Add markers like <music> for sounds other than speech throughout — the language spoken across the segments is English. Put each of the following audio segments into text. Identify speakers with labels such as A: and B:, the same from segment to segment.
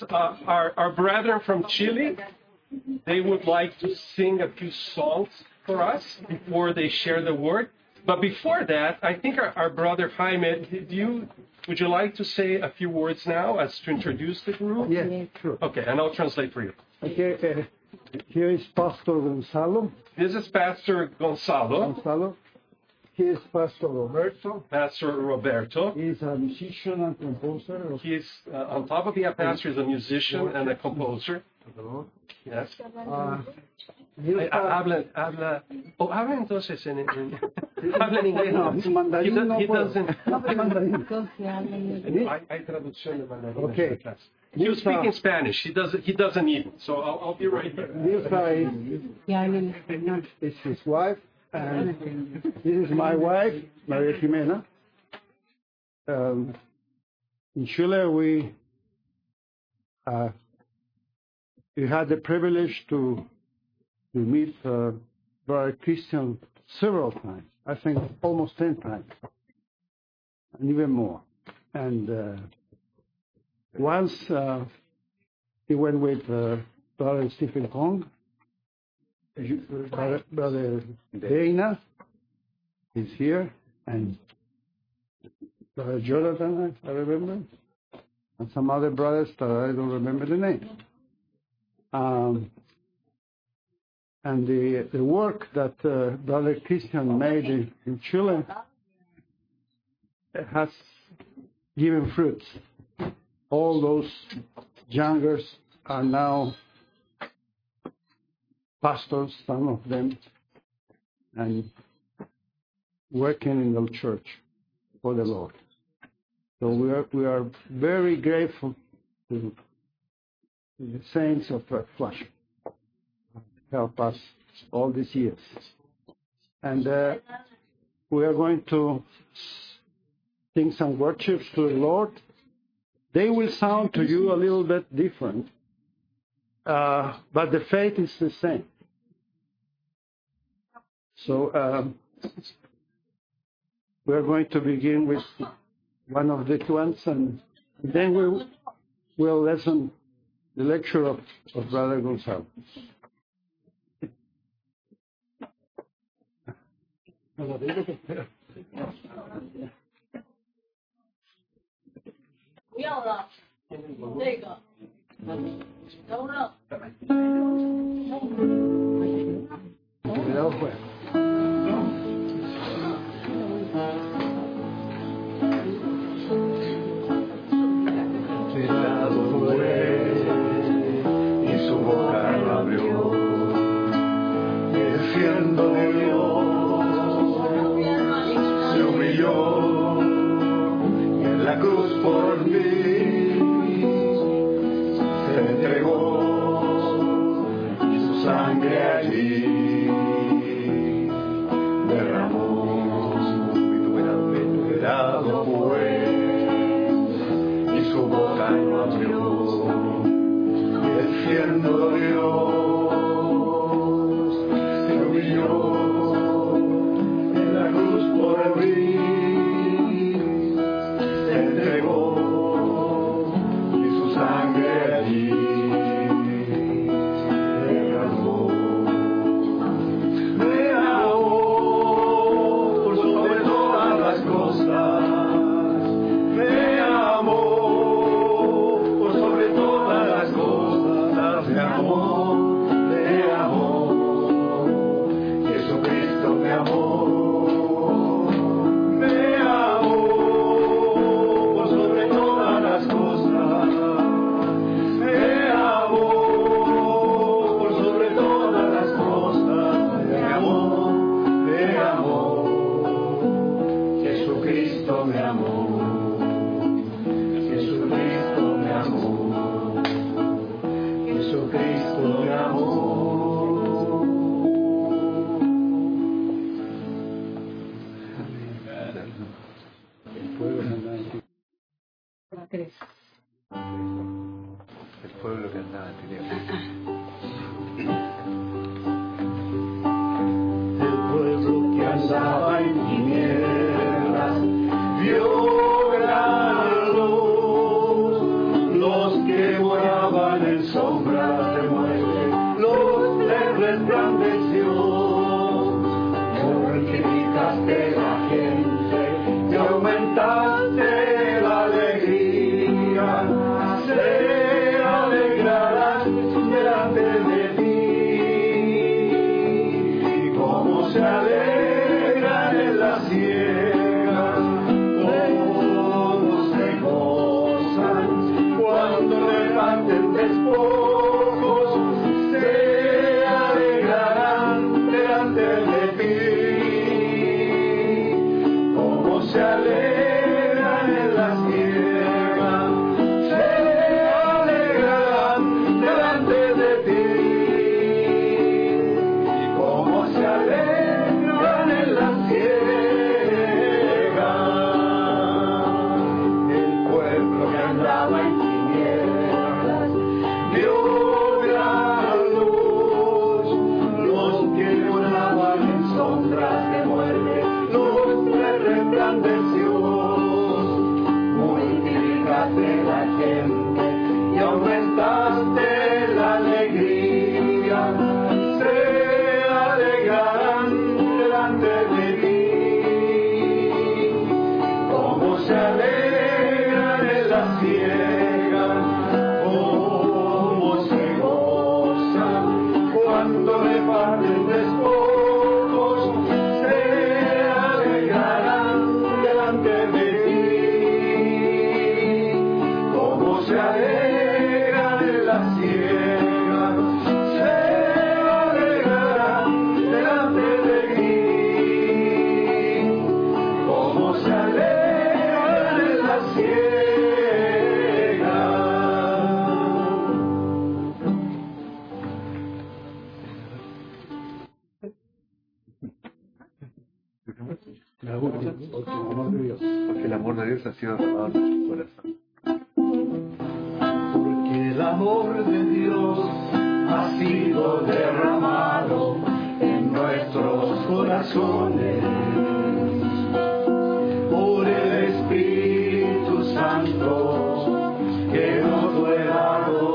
A: Uh, our, our brethren from Chile, they would like to sing a few songs for us before they share the word. But before that, I think our, our brother Jaime, did you, would you like to say a few words now as to introduce the group?
B: Yes, sure.
A: Okay, and I'll translate for you.
B: Okay, uh, here is Pastor Gonzalo.
A: This is Pastor Gonzalo,
B: Gonzalo. He is Pastor Roberto.
A: Pastor Roberto.
B: He is a musician and composer of
A: He's, uh, on top of being a pastor, he's a musician and a composer.
B: the Lord.
A: Yes.
B: Uh, Milka-
A: Eh, ha- Habla, habla, o habla entonces en, en-
B: <laughs>
A: habla en inglés.
B: No, en mandarín
A: He does-
B: no
A: he
B: puedo.
A: doesn't-
B: Habla
A: <laughs>
B: en mandarín.
A: Hay, hay traducción de mandarín
B: Okay.
A: en su clase. He was
B: Milka-
A: speaking Spanish. He doesn't. He doesn't even. So I'll, I'll be right here.
B: Milka is, is his wife, and this is my wife, Maria Jimena. Um, in Chile, we uh, we had the privilege to to meet uh, Brother Christian several times. I think almost ten times, and even more. And uh, once uh, he went with uh, Brother Stephen Kong, uh, Brother, Brother Dana is here, and Brother Jonathan, I I remember, and some other brothers that I don't remember the name. Um, and the the work that uh, Brother Christian made in, in Chile has given fruits. All those youngers are now pastors, some of them, and working in the church for the Lord. So we are, we are very grateful to the saints of uh, Flushing help us all these years. And uh, we are going to sing some worships to the Lord. They will sound to you a little bit different, uh, but the faith is the same. So um, we are going to begin with one of the ones, and then we will listen the lecture of, of Brother Gonzalo. Cuidado, pues.
C: Cuidado fue y su boca la abrió, y siendo Dios se humilló y en la cruz por mí se entregó y su sangre allí derramó. Cuidado fue y su boca no abrió. Y el siendo Dios se humilló en la cruz por mí, se entregó y su sangre allí derramó. Te amo por sobre todas las cosas. Te amo por sobre todas las cosas. Te amo, te amo. Jesucristo te amó. Te amo por sobre todas las cosas. Te amo por sobre todas las cosas, te amo, te amo, Jesucristo me amó, Jesucristo me amó, Jesucristo me amó. El pueblo que andaba en tinieblas. El pueblo que andaba en tinieblas vio gran luz. Los que moraban
B: Bastantes pocos se alegrarán delante de ti, como se alegran en las tierras, se alegrarán delante de ti, y como se alegran en las tierras. El pueblo que andaba en tinieblas vio gran luz. Los que moraban en sombras de muerte, luz le resplandeció. Multiplicaste la gente y aumentaste la alegría. Se alegrarán delante de ti como se alegran en la ciega, como se gozan cuando reparten despojos, se alegrarán delante de ti, como se alegran en la ciega, se alegrarán delante de ti como se alegra de la ciega.
D: La última, porque el amor de Dios.
C: Porque el amor de Dios ha sido derramado en nuestro corazón.
B: Porque el amor de Dios ha sido derramado en nuestros corazones. Por el Espíritu Santo que nos fue dado.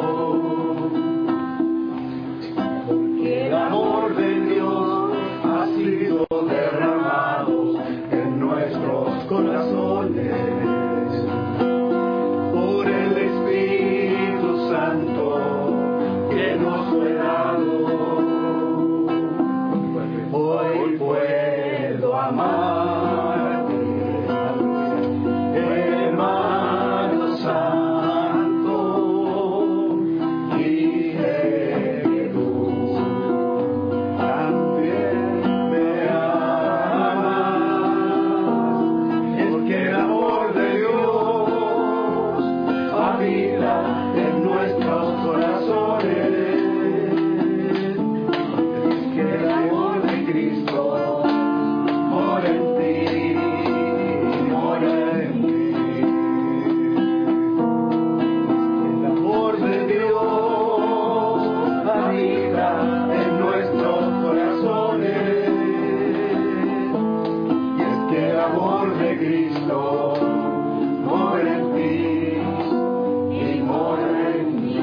B: Porque el amor de Dios ha sido derramado en nuestros corazones por el Espíritu Santo que nos fue dado. Hoy puedo amarte, hermano santo, y que tú también me amas, porque el amor de Dios habita en nuestros corazones. Que el amor de Cristo mora en ti, mora en ti. El amor de Dios habita en nuestros corazones. Y es que el amor de Cristo mora en ti y mora en mí.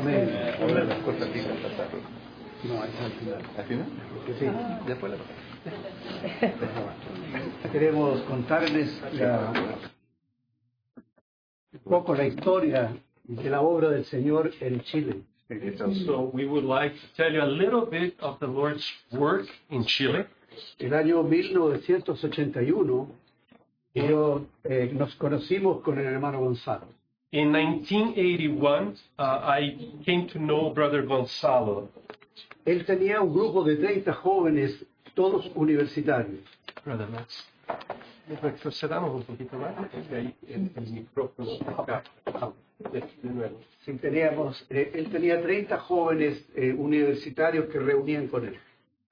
C: Amén. Ahora las cosas tienen que pasar.
D: No, es al final.
C: ¿Al final?
D: Porque sí.
C: Después la
D: Queremos contarles la- un poco la historia de la obra del Señor en Chile.
C: pasamos.
A: So we would like to tell you a little bit of the Lord's work in Chile.
D: El año 1981 yo, eh, nos conocimos con el hermano Gonzalo.
A: In 1981, uh, I came to know Brother Gonzalo.
D: Él tenía un grupo de 30 jóvenes, todos universitarios.
A: Brother Max. Retrocedamos un poquito más. porque ahí el, el micrófono acá.
B: Ah.
A: De, de nuevo.
D: Sí, teníamos, eh, él tenía 30 jóvenes eh, universitarios que reunían con él.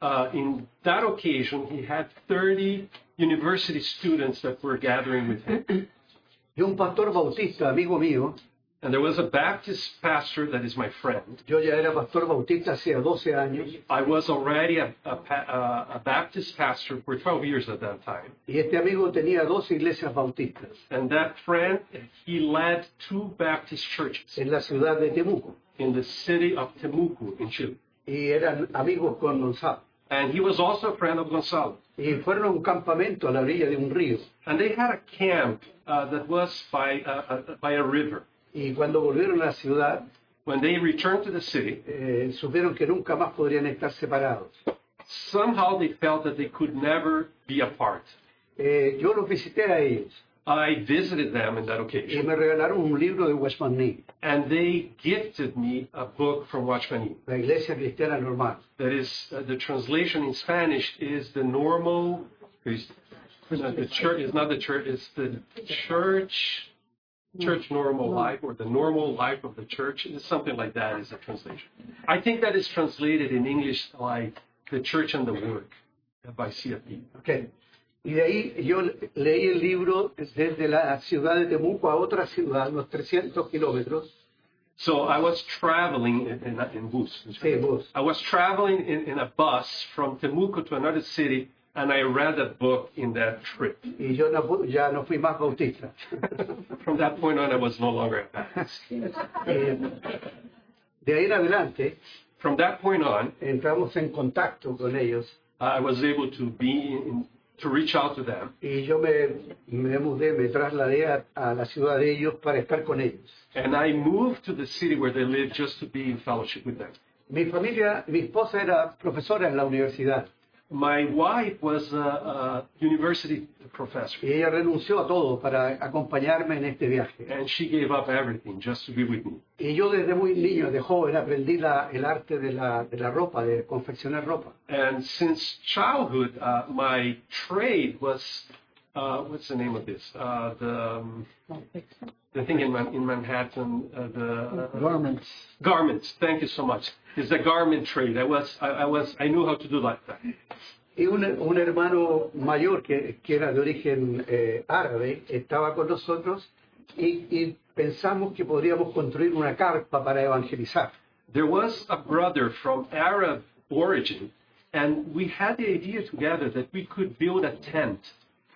A: Uh, in that occasion, he had 30 university students that were gathering with him.
D: Y un pastor bautista, amigo mío,
A: And there was a Baptist pastor that is my friend.
D: yo ya era pastor bautista hacía 12 años,
A: I was already a, a, pa- uh, a Baptist pastor for 12 years at that time.
D: y este amigo tenía dos iglesias bautistas
A: And that friend, he led two Baptist churches
D: en la ciudad de Temuco,
A: in the city of Temuco in Chile.
D: y eran amigos con Gonzalo.
A: And he was also a friend of Gonzalo.
D: Y fueron a un campamento a la orilla de un río.
A: And they had a camp uh, that was by, uh, uh, by a river.
D: Y cuando volvieron a la ciudad,
A: When they returned to the city,
D: eh, supieron que nunca más podrían estar separados.
A: somehow they felt that they could never be apart.
D: Eh, yo los visité a ellos
A: I visited them in that
D: y
A: occasion,
D: me regalaron un libro de Westman Nee,
A: and they gifted me a book from Watchman Nee.
D: La Iglesia Cristiana Normal.
A: That is, uh, the translation in Spanish is the normal. is- no, the church is not the church. It's the church, church normal life, or the normal life of the church. It's something like that is the translation. I think that is translated in English like the church and the work uh, by CFP.
D: Okay. Y de ahí yo le- leí el libro desde la ciudad de Temuco a otra ciudad, unos 300 kilómetros.
A: So I was traveling in, in, in bus.
D: Sí, bus.
A: I was traveling in, in a bus from Temuco to another city, and I read a book in that trip. <laughs>
D: Y yo no fu- ya no fui más bautista. <laughs>
A: From that point on, I was no longer a Baptist.
D: Eh, de ahí en adelante
A: From that point on,
D: entramos en contacto con ellos
A: I was able to be in, to reach out to them,
D: y yo me, me mudé, me trasladé a, a la ciudad de ellos para estar con ellos.
A: and I moved to the city where they live just to be in fellowship with them.
D: Mi familia, mi esposa era profesora en la universidad
A: My wife was a, a university professor,
D: y ella renunció a todo para acompañarme en este viaje.
A: and she gave up everything just to be with me.
D: Y yo desde muy niño, de joven, aprendí la- el arte de la, de la ropa, de confeccionar ropa.
A: And since childhood, uh, my trade was uh, what's the name of this? Uh, the um, the thing in, Man- in Manhattan, uh, the
E: Garments.
A: garments. Thank you so much. It's the garment trade. I was I, I was I knew how to do like that.
D: Y un, un hermano mayor que, que era de origen eh, árabe estaba con nosotros y, y pensamos que podríamos construir una carpa para evangelizar.
A: There was a brother from Arab origin, and we had the idea together that we could build a tent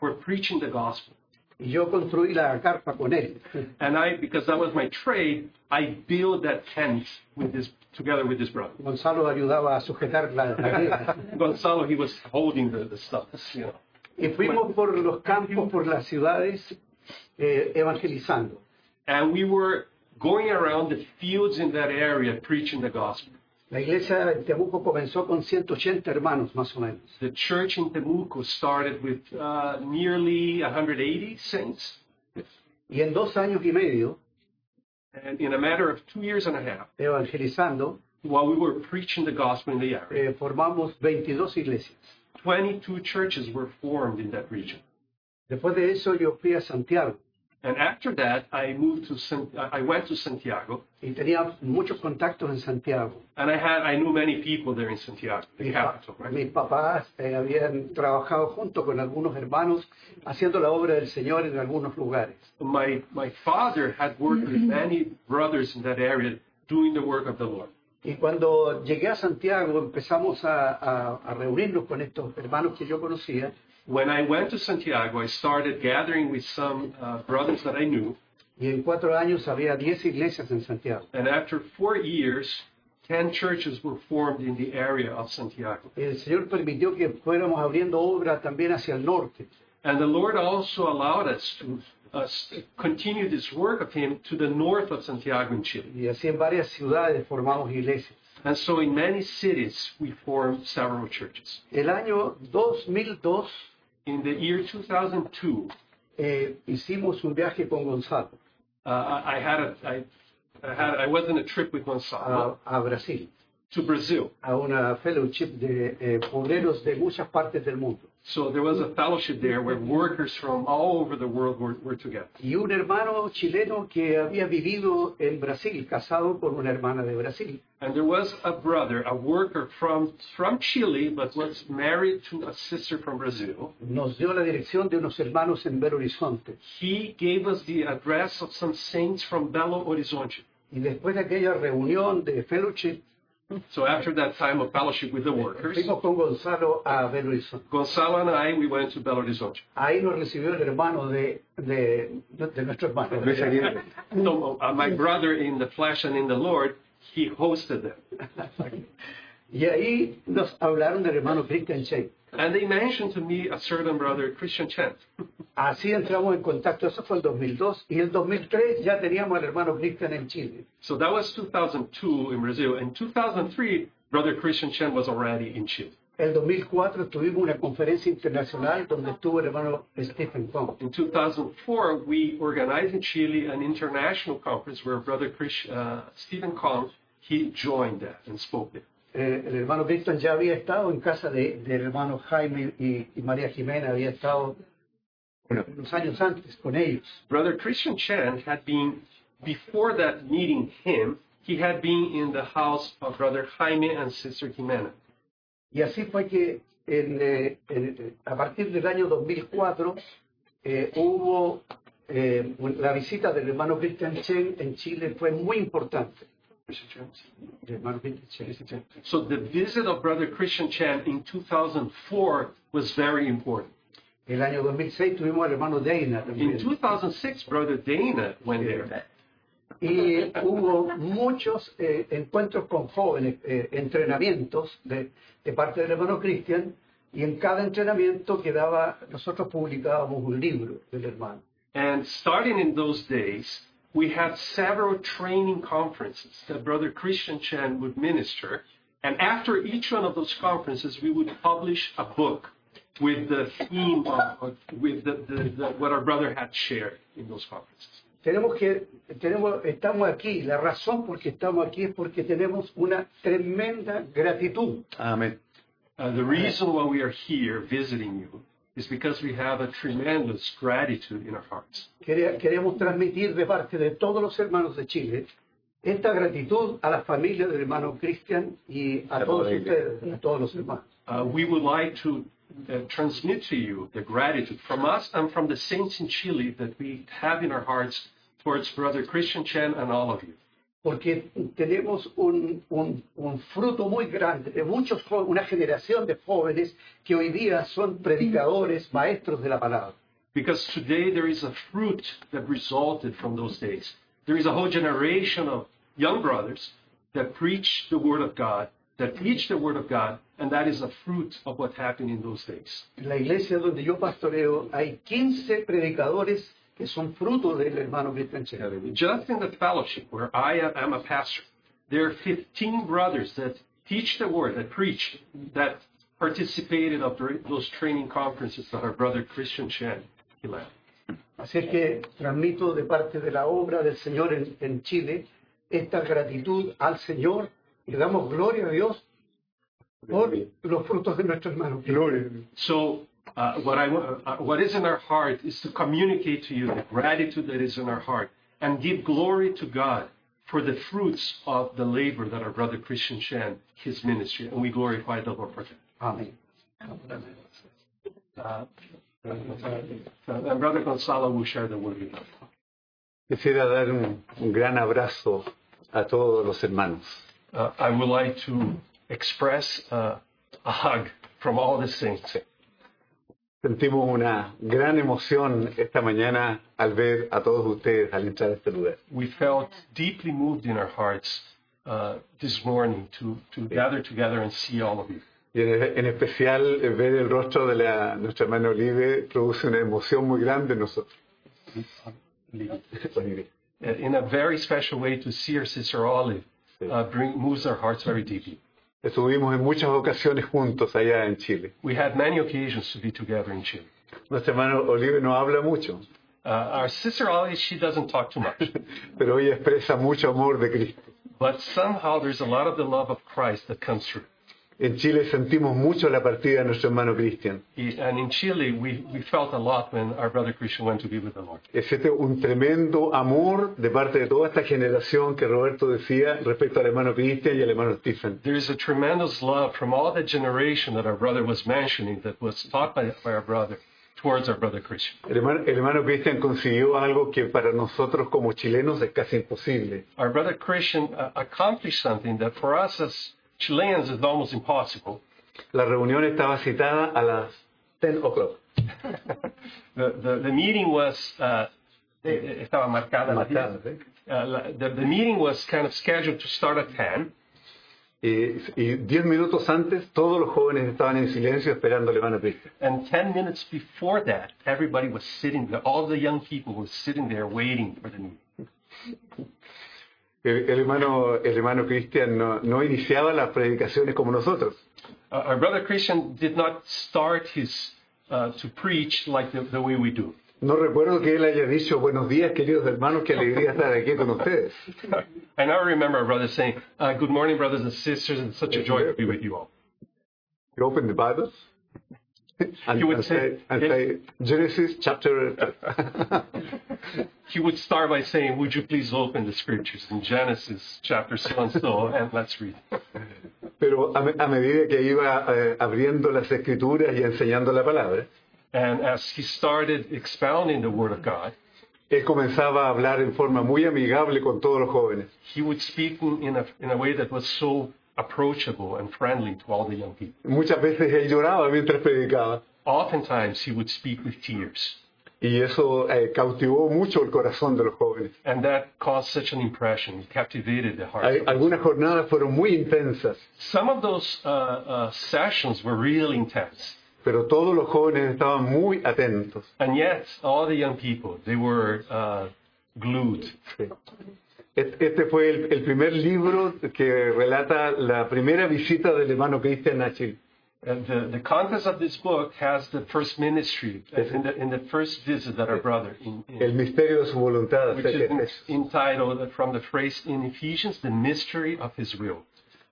A: for preaching the gospel.
D: Y yo construí la carpa con él.
A: And I, because that was my trade, I built that tent with this together with this brother.
D: Gonzalo ayudaba a sujetar la la tela.
A: <laughs> Gonzalo, he was holding the, the stuff, you know.
D: Y fuimos por los campos, por las ciudades, eh, evangelizando.
A: And we were going around the fields in that area preaching the gospel.
D: La iglesia de Temuco comenzó con 180 hermanos, más o menos.
A: The church in Temuco started with uh, nearly 180 saints.
D: Y en dos años y medio,
A: And in a matter of two years and a half,
D: evangelizando,
A: while we were preaching the gospel in the area,
D: eh, formamos 22 iglesias.
A: 22 churches were formed in that region.
D: Después de eso yo fui a Santiago
A: And after that, I moved to San, I went to Santiago,
D: y tenía muchos contactos en Santiago.
A: and I had I knew many people there in Santiago, the
D: Mis, pa-
A: capital, right?
D: mis papás eh, habían trabajado junto con algunos hermanos haciendo la obra del Señor en algunos lugares.
A: my my father had worked with many brothers in that area doing the work of the Lord.
D: Y cuando llegué a Santiago empezamos a, a- a reunirnos con estos hermanos que yo conocía
A: When I went to Santiago, I started gathering with some uh, brothers that I knew,
D: y en cuatro años había 10 iglesias en Santiago.
A: and after four years, ten churches were formed in the area of Santiago.
D: El Señor permitió que fuéramos abriendo obra también hacia el norte.
A: And the Lord also allowed us to uh, s- continue this work of Him to the north of Santiago in Chile.
D: Y así en varias ciudades formamos iglesias.
A: And so, in many cities, we formed several churches.
D: El año 2002
A: In the year 2002,
D: eh, hicimos un viaje con Gonzalo
A: uh, I I had a I, I had I was on a trip with Gonzalo.
D: a, a Brasil,
A: to Brazil.
D: a una fellowship de eh, obreros de muchas partes del mundo.
A: So there was a fellowship there where workers from all over the world were, were together.
D: Y un hermano chileno que había vivido en Brasil, casado con una hermana de Brasil.
A: And there was a brother, a worker from, from Chile, but was married to a sister from Brazil.
D: Nos dio la dirección de unos hermanos en Belo Horizonte.
A: He gave us the address of some saints from Belo Horizonte.
D: Y después de aquella reunión de fellowship,
A: So after that time of fellowship with the workers,
D: fuimos con Gonzalo a Belo Horizonte.
A: Gonzalo and I, we went to Belo Horizonte.
D: Ahí nos recibió el hermano de, de, de nuestro hermano.
C: Luis Aguirre.
A: So uh, my brother in the flesh and in the Lord, he hosted them.
D: <laughs> Y ahí nos hablaron del hermano Christian Che.
A: And they mentioned to me a certain brother, Christian Chen. <laughs>
D: Así entramos en contacto, eso fue el 2002 y el 2003 ya teníamos al hermano Cristian en Chile.
A: So that was 2002 in Brazil. In 2003, Brother Christian Chen was already in Chile.
D: el 2004 tuvimos una conferencia internacional donde estuvo el hermano Stephen Kong.
A: In 2004, we organized in Chile an international conference where Brother Krish, uh, Stephen Kong, he joined that and spoke there.
D: Eh, el hermano Cristian ya había estado en casa de- del hermano Jaime y, y María Jimena, había estado unos años antes con ellos.
A: Brother Christian Chan had been, before that meeting him, he had been in the house of Brother Jaime and Sister Jimena.
D: Y así fue que en, eh, en- a partir del año 2004 eh, hubo eh, un- la visita del hermano Christian Chen en Chile fue muy importante. El hermano Christian Chen.
A: So the visit of Brother Christian Chan in 2004 was very important.
D: El año 2006 tuvimos al hermano Deina
A: In
D: también.
A: 2006, Brother Dana went there.
D: Y hubo muchos eh, encuentros con jóvenes, eh, entrenamientos de, de parte del hermano Christian. Y en cada entrenamiento quedaba, nosotros publicábamos un libro del hermano.
A: And starting in those days, we had several training conferences that Brother Christian Chan would minister. And after each one of those conferences, we would publish a book with the theme of with the, the, the, what our brother had shared in those conferences.
D: tenemos que tenemos estamos aquí la razón por qué estamos aquí es porque tenemos una tremenda gratitud
C: Amén.
A: Uh, the reason why we are here visiting you is because we have a tremendous gratitude in our hearts.
D: Quere- queremos transmitir de parte de todos los hermanos de Chile esta gratitud a la familia del hermano Cristian y a
C: La
D: todos
C: familia.
D: ustedes a todos los hermanos
A: Uh, we would like to uh, transmit to you the gratitude from us and from the saints in Chile that we have in our hearts towards Brother Christian Chen and all of you.
D: porque tenemos un, un- un fruto muy grande de muchos jo- una generación de jóvenes que hoy día son predicadores maestros de la palabra
A: Because today there is a fruit that resulted from those days. There is a whole generation of young brothers that preach the Word of God, that teach the Word of God, and that is a fruit of what happened in those days.
D: En la iglesia donde yo pastoreo hay 15 predicadores que son fruto del hermano Cristian Chea.
A: Just in the fellowship where I am a pastor, there are 15 brothers that teach the word, that preach, that participated of those training conferences that our brother Christian Chan he led.
D: Así es que transmito de parte de la obra del Señor en, en Chile esta gratitud al Señor y damos gloria a Dios por los frutos de nuestro hermano.
A: So, uh, what, I, wa- uh, what is in our heart is to communicate to you the gratitude that is in our heart and give glory to God for the fruits of the labor that our brother Christian Chan, his ministry, and we glorify the Lord for that.
D: Amén.
A: Uh, and Brother Gonzalo will share the word with us.
C: Quisiera dar un, un gran abrazo a todos los hermanos.
A: Uh, I would like to express uh, a hug from all the saints.
C: Sentimos una gran emoción esta mañana al ver a todos ustedes al entrar a este lugar.
A: We felt deeply moved in our hearts uh, this morning to, to gather together and see all of you.
C: Y en, en especial eh, ver el rostro de la- nuestra hermana Olive produce una emoción muy grande en nosotros. Olive.
A: In a very special way, to see our sister Olive uh, bring, moves our hearts very deeply.
C: Estuvimos en muchas ocasiones juntos allá en Chile.
A: We had many occasions to be together in Chile.
C: Nuestra hermana Olive no habla mucho,
A: Uh, our sister Olive, she doesn't talk too much.
C: pero ella expresa mucho amor de Cristo.
A: But somehow there's a lot of the love of Christ that comes through.
C: En Chile sentimos mucho la partida de nuestro hermano Cristian.
A: He- And in Chile, we, we felt a lot when our brother Christian went to be with the Lord.
C: Existe este un tremendo amor de parte de toda esta generación que Roberto decía respecto al hermano Cristian y al hermano Stephen.
A: There is a tremendous love from all the generation that our brother was mentioning that was taught by, by our brother towards our brother Christian.
C: El hermano, el hermano Cristian consiguió algo que para nosotros como chilenos es casi imposible.
A: Our brother Christian uh, accomplished something that for us as Chileans is almost impossible.
C: La reunión estaba citada a las 10 o'clock.
A: The, the, the meeting was uh, eh, estaba marcada la-
C: Marcada, ¿sí?
A: uh, la- the, the meeting was kind of scheduled to start at 10.
C: Y, y 10 minutos antes todos los jóvenes estaban en silencio esperando al hermano Cristian.
A: And 10 minutes before that, everybody was sitting there. All the young people were sitting there waiting for the meeting.
C: El, el hermano, el hermano Cristian no, no iniciaba las predicaciones como nosotros.
A: Uh, our brother Christian did not start his uh, to preach like the, the way we do.
C: No recuerdo que él haya dicho buenos días, queridos hermanos, qué alegría estar aquí con ustedes.
A: I now remember our brother saying, uh, "Good morning, brothers and sisters. It's such a joy to be with you all."
C: You open
A: <laughs>
C: the Bible and,
A: You would
C: and
A: say-
C: say, and say Genesis chapter.
A: <laughs> He would start by saying, "Would you please open the scriptures in Genesis chapter so and so, and let's read."
C: Pero a, me- a medida que iba eh, abriendo las escrituras y enseñando la palabra,
A: And as he started expounding the Word of God,
C: él comenzaba a hablar en forma muy amigable con todos los jóvenes.
A: he would speak in in a in a way that was so approachable and friendly to all the young people.
C: Muchas veces él lloraba mientras predicaba
A: Oftentimes, he would speak with tears,
C: y eso eh, cautivó mucho el corazón de los jóvenes.
A: and that caused such an impression. It captivated the heart.
C: Hay- algunas jornadas fueron muy intensas,
A: Some of those uh, uh, sessions were really intense,
C: pero todos los jóvenes estaban muy atentos.
A: and yet all the young people they were uh, glued.
C: Et- Este fue el, el primer libro que relata la primera visita del hermano Cristian a Chile.
A: And Uh, the, the contents of this book has the first ministry uh, in the, in the first visit that our brother, in, in-
C: El misterio de su voluntad.
A: which
C: o sea
A: is
C: que
A: in-
C: es-
A: entitled uh, from the phrase in Ephesians, the mystery of His will.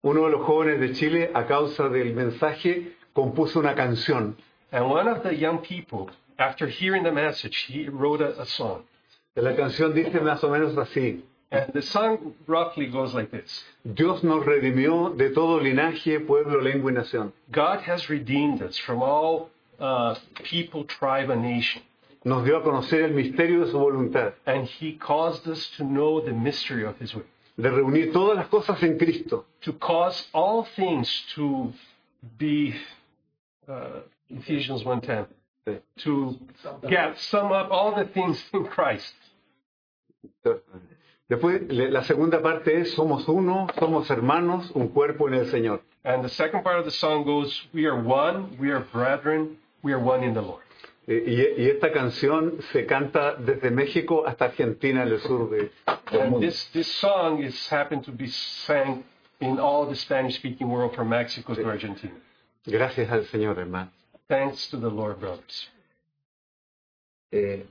C: Uno de los jóvenes de Chile, a causa del mensaje, compuso una canción.
A: And one of the young people, after hearing the message, he wrote a, a song.
C: La canción dice más o menos así.
A: And the song roughly goes like this.
C: Dios nos redimió de todo linaje, pueblo, lengua y nación.
A: God has redeemed us from all uh, people, tribe, and nation.
C: Nos dio a conocer el misterio de su voluntad,
A: And He caused us to know the mystery of His will,
C: de reunir todas las cosas en Cristo,
A: to cause all things to be, uh, Ephesians 1.10, to get, sum up all the things in Christ.
C: Después, le- la segunda parte es, somos uno, somos hermanos, un cuerpo en el Señor.
A: And the second part of the song goes, We are one, we are brethren, we are one in the Lord.
C: Eh, Y, y esta canción se canta desde México hasta Argentina, en el sur de, del
A: And
C: mundo.
A: this, this song is happened to be sang in all the Spanish-speaking world from Mexico to Argentina.
C: Gracias al Señor, hermano.
A: Thanks to the Lord, brothers.
C: Eh,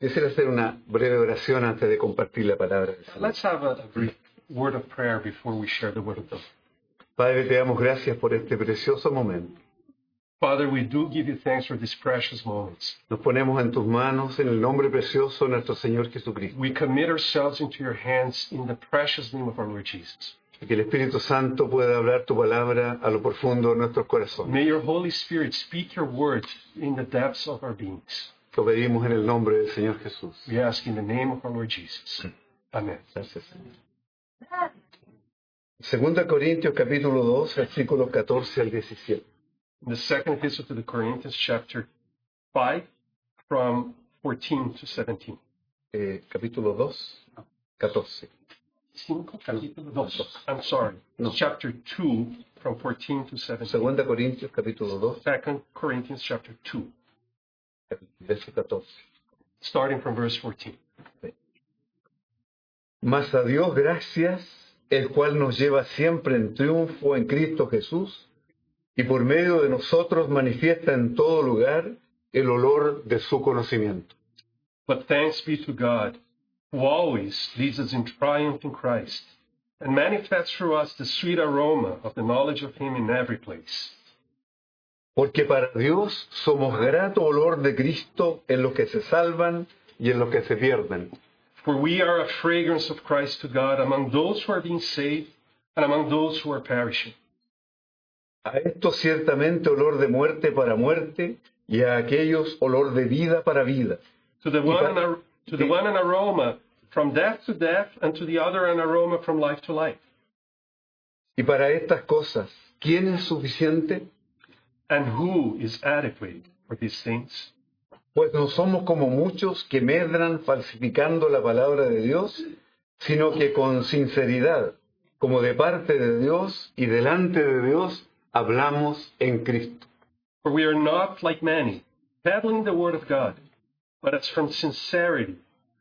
C: quisiera hacer una breve oración antes de compartir la palabra del Señor.
A: Let's have a, a brief word of prayer before we share the word of the Lord.
C: Padre, te damos gracias por este precioso momento.
A: Father, we do give you thanks for these precious moments.
C: Nos ponemos en tus manos en el nombre precioso de nuestro Señor Jesucristo.
A: We commit ourselves into your hands in the precious name of our Lord Jesus.
C: Y que el Espíritu Santo pueda hablar tu palabra a lo profundo de nuestros corazones.
A: May your Holy Spirit speak your word in the depths of our beings.
C: Lo pedimos en el nombre del Señor Jesús.
A: We ask in the name of our Lord Jesus. Amen.
C: Gracias, Señor. Segunda Corintios capítulo 2, versículos 14 al 17.
A: In the second epistle to the Corinthians, chapter 5, from 14 to 17.
C: Eh, capítulo 2, 14.
A: Cinco, capítulo dos. I'm sorry. Chapter 2, from 14 to 17.
C: Segunda Corintios capítulo 2,
A: Second Corinthians, chapter 2.
C: verso 14.
A: starting from verse 14.
C: Mas a Dios gracias, el cual nos lleva siempre en triunfo en Cristo Jesús, y por medio de nosotros manifiesta en todo lugar el olor de su conocimiento.
A: But thanks be to God, who always leads us in triumph in Christ, and manifests through us the sweet aroma of the knowledge of Him in every place.
C: Porque para Dios somos grato olor de Cristo en los que se salvan y en los que se pierden.
A: For we are a fragrance of Christ to God among those who are being saved and among those who are perishing.
C: A estos ciertamente olor de muerte para muerte, y a aquellos olor de vida para vida.
A: To the one, an, ar- to the one an aroma from death to death, and to the other an aroma from life to life.
C: Y para estas cosas, ¿quién es suficiente?
A: And who is adequate for these things?
C: Pues no somos como muchos que medran falsificando la palabra de Dios, sino que con sinceridad, como de parte de Dios y delante de Dios, hablamos en Cristo.
A: For we are not like many, peddling the word of God, but as from sincerity,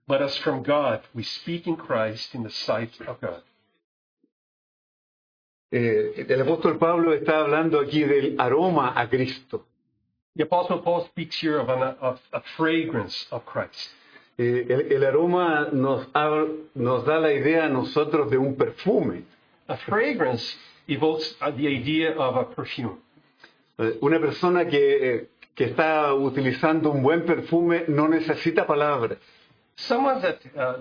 A: but as from God, we speak in Christ in the sight of God.
C: Eh, el apóstol Pablo está hablando aquí del aroma a Cristo.
A: The Apostle Paul speaks here of, an, of a fragrance of Christ.
C: Eh, el, el aroma nos, hab- nos da la idea a nosotros de un perfume.
A: A fragrance evokes uh, the idea of a perfume.
C: Eh, una persona que, eh, que está utilizando un buen perfume no necesita palabras.
A: Someone that uh,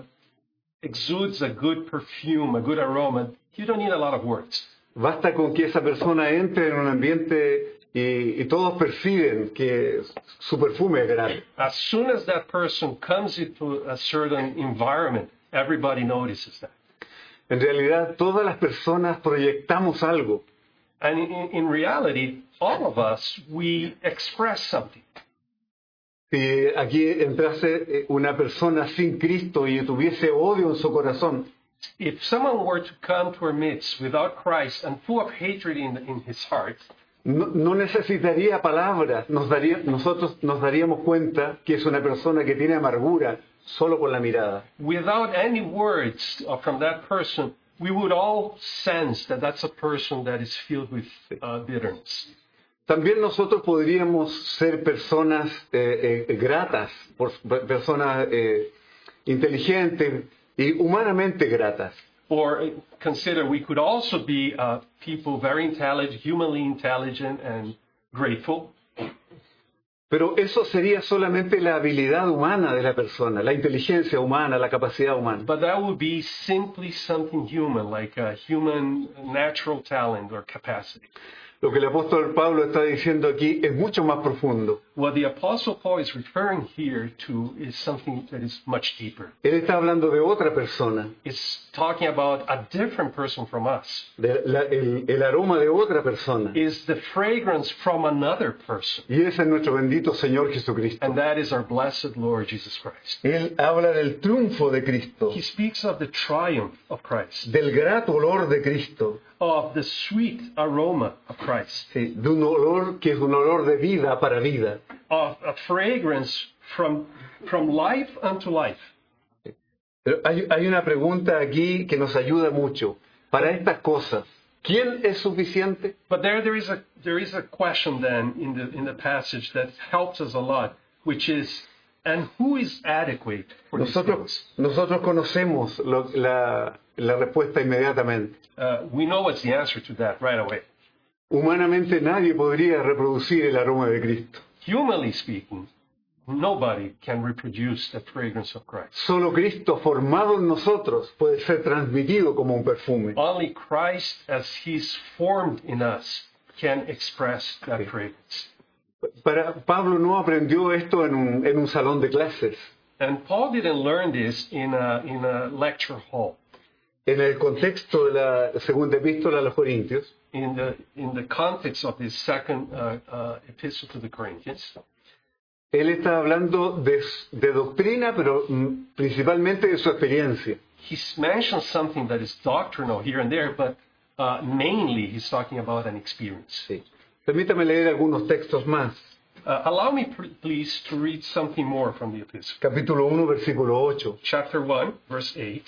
A: exudes a good perfume, a good aroma, you don't need a lot of words.
C: Basta con que esa persona entre en un ambiente y, y todos perciben que su perfume es grande.
A: As soon as that person comes into a certain environment, everybody notices that.
C: En realidad, todas las personas proyectamos algo.
A: And in, in reality, all of us, we express something.
C: Si aquí entrase eh, una persona sin Cristo y tuviese odio en su corazón,
A: If someone were to come to our midst without Christ and full of hatred in, in his heart,
C: no, no necesitaría palabras. Nos daría- nosotros nos daríamos cuenta que es una persona que tiene amargura solo con la mirada.
A: without any words uh, from that person, we would all sense that that's a person that is filled with uh, bitterness.
C: También nosotros podríamos ser personas eh, eh, gratas, por- personas eh, inteligentes y humanamente gratas.
A: Or uh, consider we could also be uh, people very intelligent, humanly intelligent, and grateful.
C: Pero eso sería solamente la habilidad humana de la persona, la inteligencia humana, la capacidad humana.
A: But that would be simply something human, like a human natural talent or capacity.
C: Lo que el apóstol Pablo está diciendo aquí es mucho más profundo.
A: What the Apostle Paul is referring here to is something that is much deeper.
C: Él está hablando de otra persona,
A: It's talking about a different person from us.
C: de la- el, el aroma de otra persona.
A: Is the fragrance from another person,
C: Y ese es nuestro bendito Señor Jesucristo.
A: and that is our blessed Lord Jesus Christ.
C: Él habla del triunfo de Cristo,
A: He speaks of the triumph of Christ,
C: del grato olor de Cristo,
A: of the sweet aroma of Christ,
C: sí, de un olor que es un olor de vida para vida.
A: of a fragrance from from life unto life.
C: Pero hay, hay una pregunta aquí que nos ayuda mucho. Para estas cosas, ¿quién es suficiente?
A: But there, there is a there is a question then in the in the passage that helps us a lot, which is, and who is adequate for these things?
C: Nosotros, nosotros conocemos lo- la, la respuesta inmediatamente.
A: Uh, we know what's the answer to that right away.
C: Humanamente nadie podría reproducir el aroma de Cristo.
A: Humanly speaking, nobody can reproduce the fragrance of Christ.
C: Solo Cristo formado en nosotros puede ser transmitido como un perfume.
A: Only Christ, as He's formed in us, can express that fragrance.
C: Para, Pablo no aprendió esto en un, en un salón de clases.
A: And Paul didn't learn this in a in a lecture hall.
C: En el contexto de la segunda epístola a los Corintios,
A: in the in the context of this second uh, uh, epistle to the Corinthians,
C: él está hablando de, de doctrina, pero mm, principalmente de su experiencia.
A: he mentions something that is doctrinal here and there, but uh, mainly he's talking about an experience.
C: Sí. Permítame leer algunos textos más.
A: Uh, allow me, pr- please, to read something more from the epistle.
C: Capítulo 1, versículo 8.
A: Chapter 1, verse 8.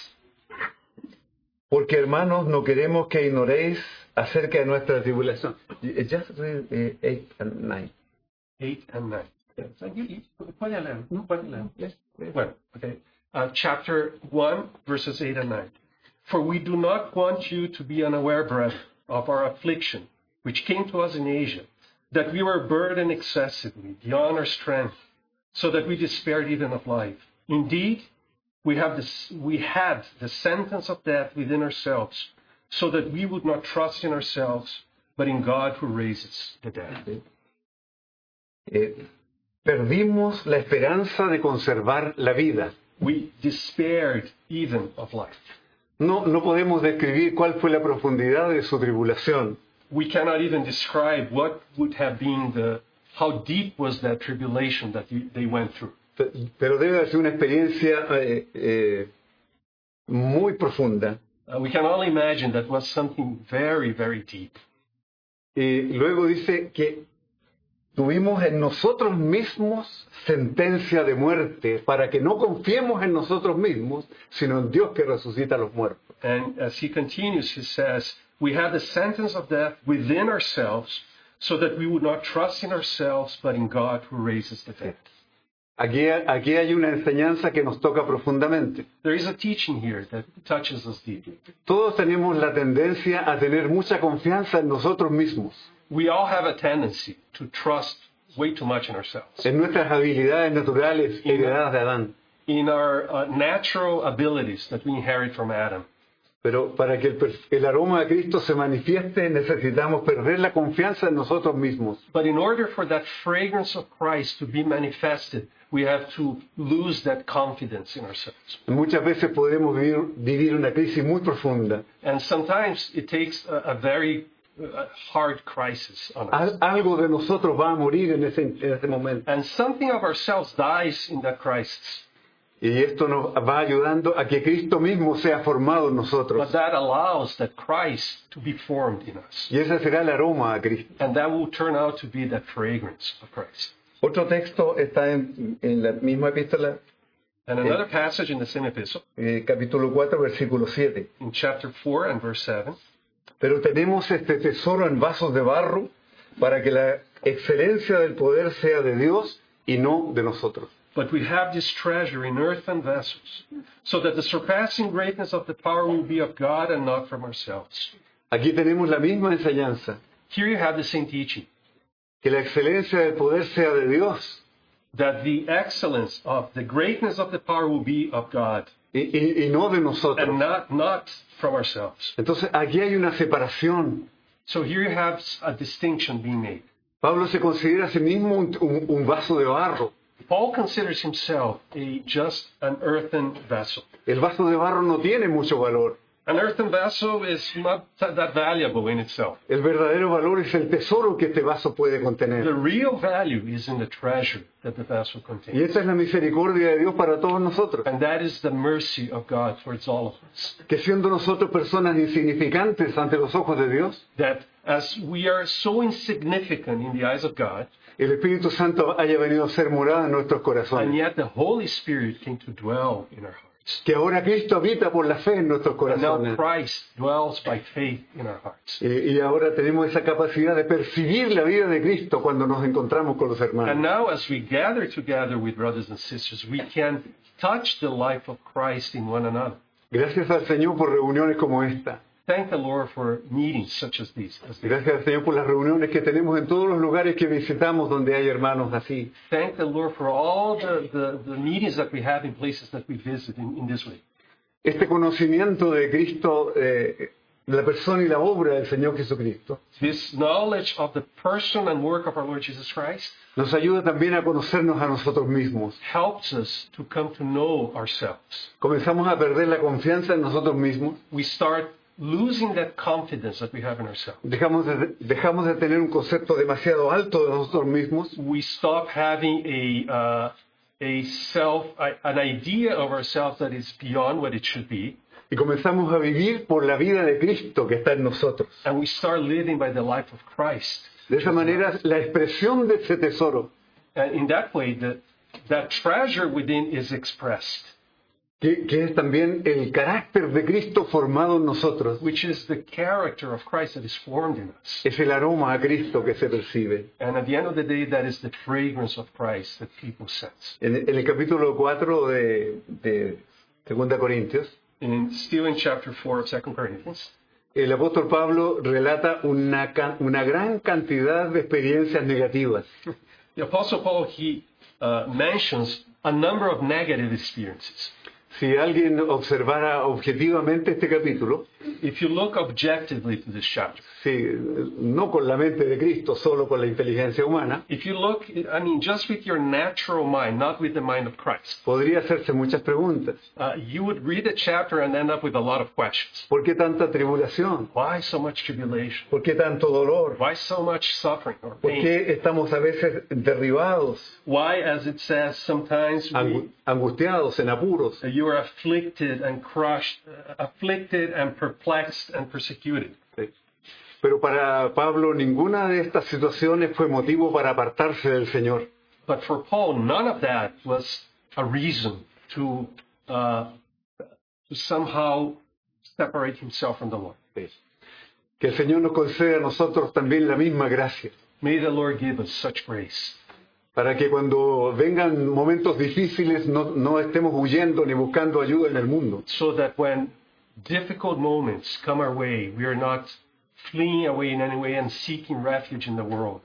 C: Porque hermanos, no queremos que ignoréis acerca de nuestra tribulación. Eh, Just read 8 and 9.
A: 8 and 9. So you- you- puede leer, puede leer. Well, okay. Uh, chapter 1, verses 8 and 9. For we do not want you to be unaware, brethren, of our affliction, which came to us in Asia, that we were burdened excessively, beyond our strength, so that we despaired even of life. Indeed, we, have this, we had the sentence of death within ourselves, so that we would not trust in ourselves, but in God who raises the dead.
C: Eh, perdimos la esperanza de conservar la vida.
A: We despaired even of life.
C: No, no podemos describir cuál fue la profundidad de su tribulación.
A: we cannot even describe what would have been the how deep was that tribulation that you- they went through
C: Pe- Pero debe haber sido una experiencia eh, eh, muy profunda.
A: Uh, we can only imagine that was something very very deep
C: Y luego dice que tuvimos en nosotros mismos sentencia de muerte para que no confiemos en nosotros mismos, sino en Dios que resucita a los muertos.
A: And as he continues, he says, We have the sentence of death within ourselves so that we would not trust in ourselves but in God who raises the dead.
C: Aquí, aquí hay una enseñanza que nos toca profundamente.
A: There is a teaching here that touches us deeply.
C: Todos tenemos la tendencia a tener mucha confianza en nosotros mismos,
A: We all have a tendency to trust way too much in ourselves,
C: en nuestras habilidades naturales heredadas de Adán.
A: in our uh, natural abilities that we inherit from Adam.
C: Pero para que el, per- el aroma de Cristo se manifieste necesitamos perder la confianza en nosotros mismos.
A: But in order for that fragrance of Christ to be manifested, we have to lose that confidence in ourselves.
C: Muchas veces podemos vivir, vivir una crisis muy profunda,
A: And sometimes it takes a, a very uh, hard crisis on us.
C: Al- algo de nosotros va a morir en ese, en ese momento.
A: And something of ourselves dies in that crisis.
C: Y esto nos va ayudando a que Cristo mismo sea formado en
A: But
C: nosotros.
A: that allows that Christ to be formed in us.
C: Y ese será el aroma a Cristo.
A: And that will turn out to be that fragrance of Christ.
C: Otro texto está en, en la misma epístola,
A: And another passage in the same epistle,
C: eh, capítulo 4, versículo 7.
A: in chapter 4 and verse 7.
C: Pero tenemos este tesoro en vasos de barro para que la excelencia del poder sea de Dios y no de nosotros.
A: But we have this treasure in earthen vessels, so that the surpassing greatness of the power will be of God and not from ourselves.
C: Aquí tenemos la misma enseñanza,
A: Here you have the same teaching
C: que la excelencia del poder sea de Dios
A: that the excellence of the greatness of the power will be of God
C: y, y- y no de nosotros.
A: and not, not from ourselves.
C: Entonces aquí hay una separación.
A: So here you have a distinction being made.
C: Pablo se considera a sí mismo un- un- un vaso de barro.
A: Paul considers himself a just an earthen vessel.
C: El vaso de barro no tiene mucho valor.
A: An earthen vessel is not th- that valuable in itself.
C: El verdadero valor es el tesoro que este vaso puede
A: The
C: contener.
A: real value is in the treasure that the vessel contains.
C: Y esta es la misericordia de Dios para todos nosotros.
A: And that is the mercy of God towards all of us.
C: Que siendo nosotros personas insignificantes ante los ojos de Dios,
A: That as we are so insignificant in the eyes of God,
C: el Espíritu Santo haya venido a ser morada en nuestros
A: and
C: corazones.
A: yet the Holy Spirit came to dwell in our hearts.
C: Que ahora Cristo habita por la fe en nuestros
A: And now
C: corazones.
A: Christ dwells by faith in our hearts.
C: Y y ahora tenemos esa capacidad de percibir la vida de Cristo cuando nos encontramos con los
A: And
C: hermanos.
A: now, as we gather together with brothers and sisters, we can touch the life of Christ in one another.
C: Gracias al Señor por reuniones como esta.
A: Thank the Lord for meetings such as these. As these.
C: Gracias al Señor por las reuniones que tenemos en todos los lugares que visitamos donde hay hermanos así.
A: Thank the Lord for all the, the, the meetings that we have in places that we visit in, in this way.
C: Este conocimiento de Cristo, eh, la persona y la obra del Señor Jesucristo,
A: This knowledge of the person and work of our Lord Jesus Christ
C: nos ayuda también a conocernos a nosotros mismos.
A: helps us to come to know ourselves.
C: Comenzamos a perder la confianza en nosotros mismos,
A: We start losing that confidence that we have in ourselves.
C: dejamos de, dejamos de tener un concepto demasiado alto de nosotros mismos
A: We stop having a uh, a self, a, an idea of ourselves that is beyond what it should be,
C: y comenzamos a vivir por la vida de Cristo que está en nosotros.
A: and we start living by the life of Christ.
C: De esa manera, la expresión de ese tesoro,
A: And in that way, that that treasure within is expressed,
C: que, que es también el carácter de Cristo formado en nosotros,
A: which is the character of Christ that is formed in us.
C: es el aroma a Cristo que se percibe.
A: And at the end of the day, that is the fragrance of Christ that people sense.
C: En, en el capítulo 4 de, de 2 Corintios,
A: And still in chapter 4 of 2 Corinthians,
C: el apóstol Pablo relata una, ca- una gran cantidad de experiencias negativas.
A: the Apostle Paul, he uh, mentions a number of negative experiences.
C: Si alguien observara objetivamente este capítulo,
A: If you look objectively to this chapter,
C: sí, no con la mente de Cristo, solo con la inteligencia humana,
A: if you look, I mean, just with your natural mind, not with the mind of Christ,
C: podría hacerse muchas preguntas.
A: uh, you would read a chapter and end up with a lot of questions.
C: ¿Por qué tanta tribulación?
A: Why so much tribulation?
C: ¿Por qué tanto dolor?
A: Why so much suffering or
C: ¿Por
A: pain?
C: qué estamos a veces derribados,
A: Why, as it says, sometimes we,
C: angu- angustiados, en apuros?
A: you are afflicted and crushed, uh, afflicted and perplexed and persecuted.
C: Pero para Pablo ninguna de estas situaciones fue motivo para apartarse del Señor.
A: But for Paul, none of that was a reason to, uh, to somehow separate himself from the Lord.
C: Que el Señor nos conceda a nosotros también la misma gracia,
A: May the Lord give us such grace
C: para que cuando vengan momentos difíciles no, no estemos huyendo ni buscando ayuda en el mundo,
A: so that when difficult moments come our way, we are not fleeing away in any way and seeking refuge in the world.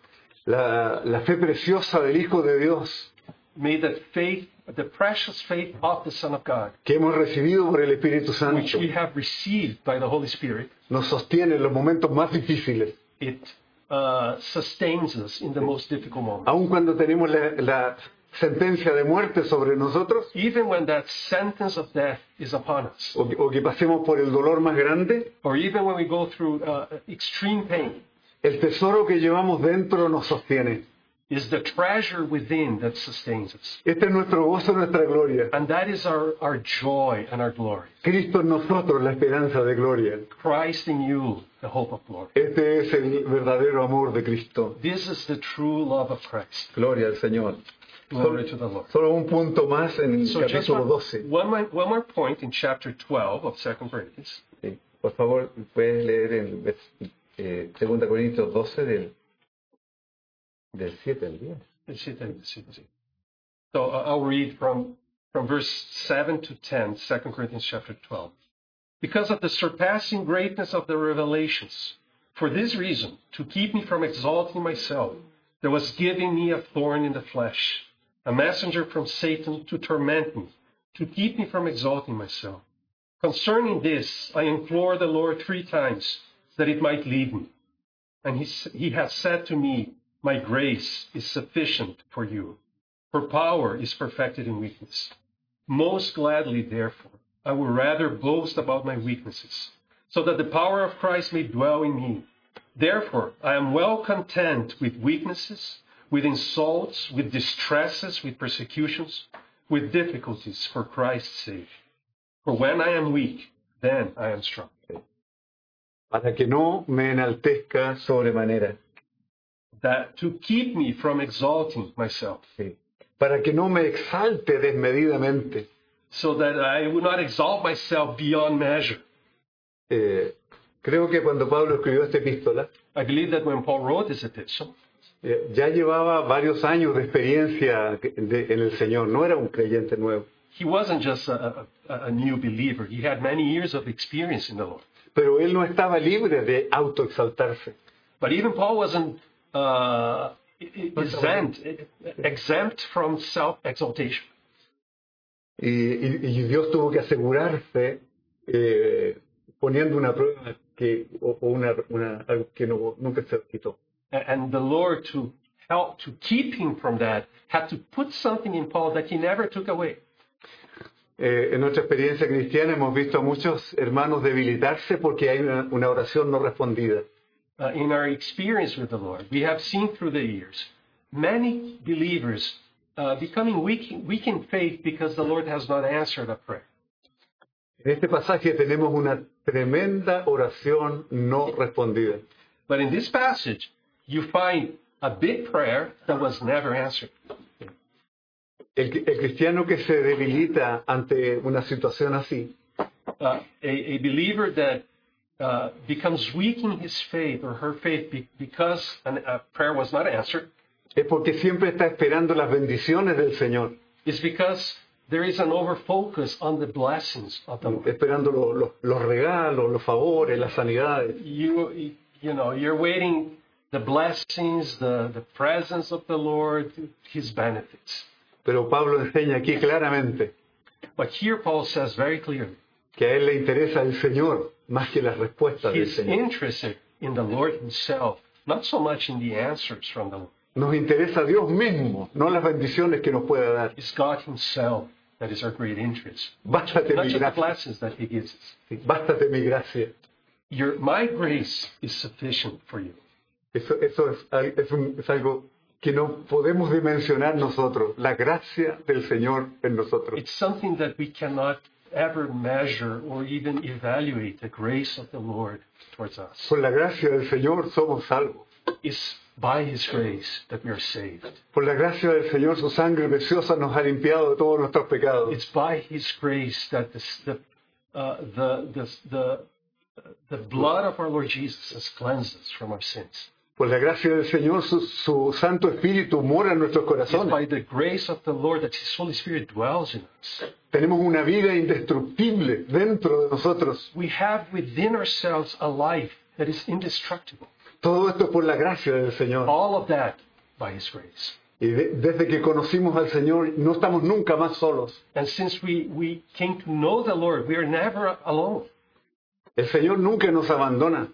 C: la, la fe preciosa del Hijo de Dios
A: May that faith, the precious faith of the Son of God,
C: que hemos recibido por el Espíritu
A: which
C: Santo,
A: we have received by the Holy Spirit,
C: nos sostiene en los momentos más difíciles,
A: it uh, sustains us in the most difficult moments.
C: aun cuando tenemos la, la sentencia de muerte sobre nosotros
A: Even when that sentence of death is upon us,
C: o, o que pasemos por el dolor más grande,
A: or even when we go through uh, extreme pain,
C: el tesoro que llevamos dentro nos sostiene.
A: is the treasure within that sustains us.
C: Este es nuestro gozo, nuestra gloria.
A: And that is our, our joy and our glory.
C: Cristo en nosotros, la esperanza de gloria.
A: Christ in you, the hope of glory.
C: Este es el verdadero amor de Cristo.
A: This is the true love of Christ.
C: Gloria al Señor.
A: Glory to the Lord.
C: Solo un punto más en el
A: So just
C: capítulo
A: one,
C: 12.
A: one, more, one more point in chapter 12 of Second Corinthians.
C: Sí. Por favor, puedes leer en vers- eh, 2 Corintios 12 del, del 7 al 10.
A: Let's see, let's see, let's see. So I- I'll read from, from verse 7 to 10, 2 Corinthians chapter 12. Because of the surpassing greatness of the revelations, for this reason, to keep me from exalting myself, there was given me a thorn in the flesh, a messenger from Satan to torment me, to keep me from exalting myself. Concerning this, I implored the Lord three times that it might leave me. And he, s- he has said to me, My grace is sufficient for you, for power is perfected in weakness. Most gladly, therefore, I will rather boast about my weaknesses, so that the power of Christ may dwell in me. Therefore, I am well content with weaknesses, with insults, with distresses, with persecutions, with difficulties for Christ's sake. For when I am weak, then I am strong.
C: Para que no me enaltezca sobremanera.
A: That to keep me from exalting myself.
C: Sí. Para que no me exalte desmedidamente.
A: so that I would not exalt myself beyond measure.
C: Eh, creo que cuando Pablo escribió esta epístola,
A: I believe that when Paul wrote this epistle,
C: Eh, ya llevaba varios años de experiencia de- en el Señor, no era un creyente nuevo,
A: he wasn't just a, a, a new believer. He had many years of experience in the Lord.
C: pero él no estaba libre de autoexaltarse.
A: But even Paul wasn't uh, exempt, exempt from self exaltation.
C: Y, y- y Dios tuvo que asegurarse eh, poniendo una prueba que, o, o una, una- algo que no- nunca se quitó.
A: And the Lord, to help to keep him from that, had to put something in Paul that he never took away.
C: Eh, en nuestra experiencia cristiana hemos visto a muchos hermanos debilitarse porque hay una, una oración no respondida.
A: uh, in our experience with the Lord, we have seen through the years many believers uh, becoming weak, weak in faith because the Lord has not answered a prayer.
C: En este pasaje tenemos una tremenda oración no respondida.
A: But in this passage, you find a big prayer that was never answered.
C: El, el cristiano que se debilita ante una situación así
A: Uh, a, a believer that uh, becomes weak in his faith or her faith be- because an, a prayer was not answered
C: es porque siempre está esperando las bendiciones del Señor,
A: is because there is an overfocus on the blessings of the Lord.
C: esperando lo- lo- los regalos, los favores, las sanidades.
A: you you know you're waiting the blessings the the presence of the lord his benefits
C: Pero Pablo enseña aquí claramente
A: but here paul says very clearly
C: que a él le interesa el Señor más que las respuestas del
A: he's
C: Señor.
A: interested in the lord himself not so much in the answers from the lord
C: Nos interesa Dios mismo, no las bendiciones que nos pueda dar.
A: it's god himself that is our great interest
C: Bástate
A: not
C: mi
A: just the
C: gracia,
A: blessings that he gives us
C: sí, bástate mi gracia.
A: your my grace is sufficient for you
C: Eso, eso es, al- es un- es algo que no podemos dimensionar nosotros, la gracia del Señor en nosotros.
A: it's something that we cannot ever measure or even evaluate the grace of the Lord towards us.
C: Por la gracia del Señor somos salvos.
A: It's by His grace that we are saved.
C: Por la gracia del Señor su sangre preciosa nos ha limpiado de todos nuestros pecados.
A: It's by His grace that the the uh, the, the, the the blood of our Lord Jesus has cleansed us from our sins.
C: Por la gracia del Señor su, su Santo Espíritu mora en nuestros
A: It's
C: corazones.
A: by the grace of the Lord that His Holy Spirit dwells in us.
C: Tenemos una vida indestructible dentro de nosotros.
A: We have within ourselves a life that is indestructible.
C: Todo esto por la gracia del Señor.
A: All of that by His grace.
C: Y de- desde que conocimos al Señor no estamos nunca más solos.
A: And since we, we came to know the Lord, we are never alone.
C: El Señor nunca nos abandona,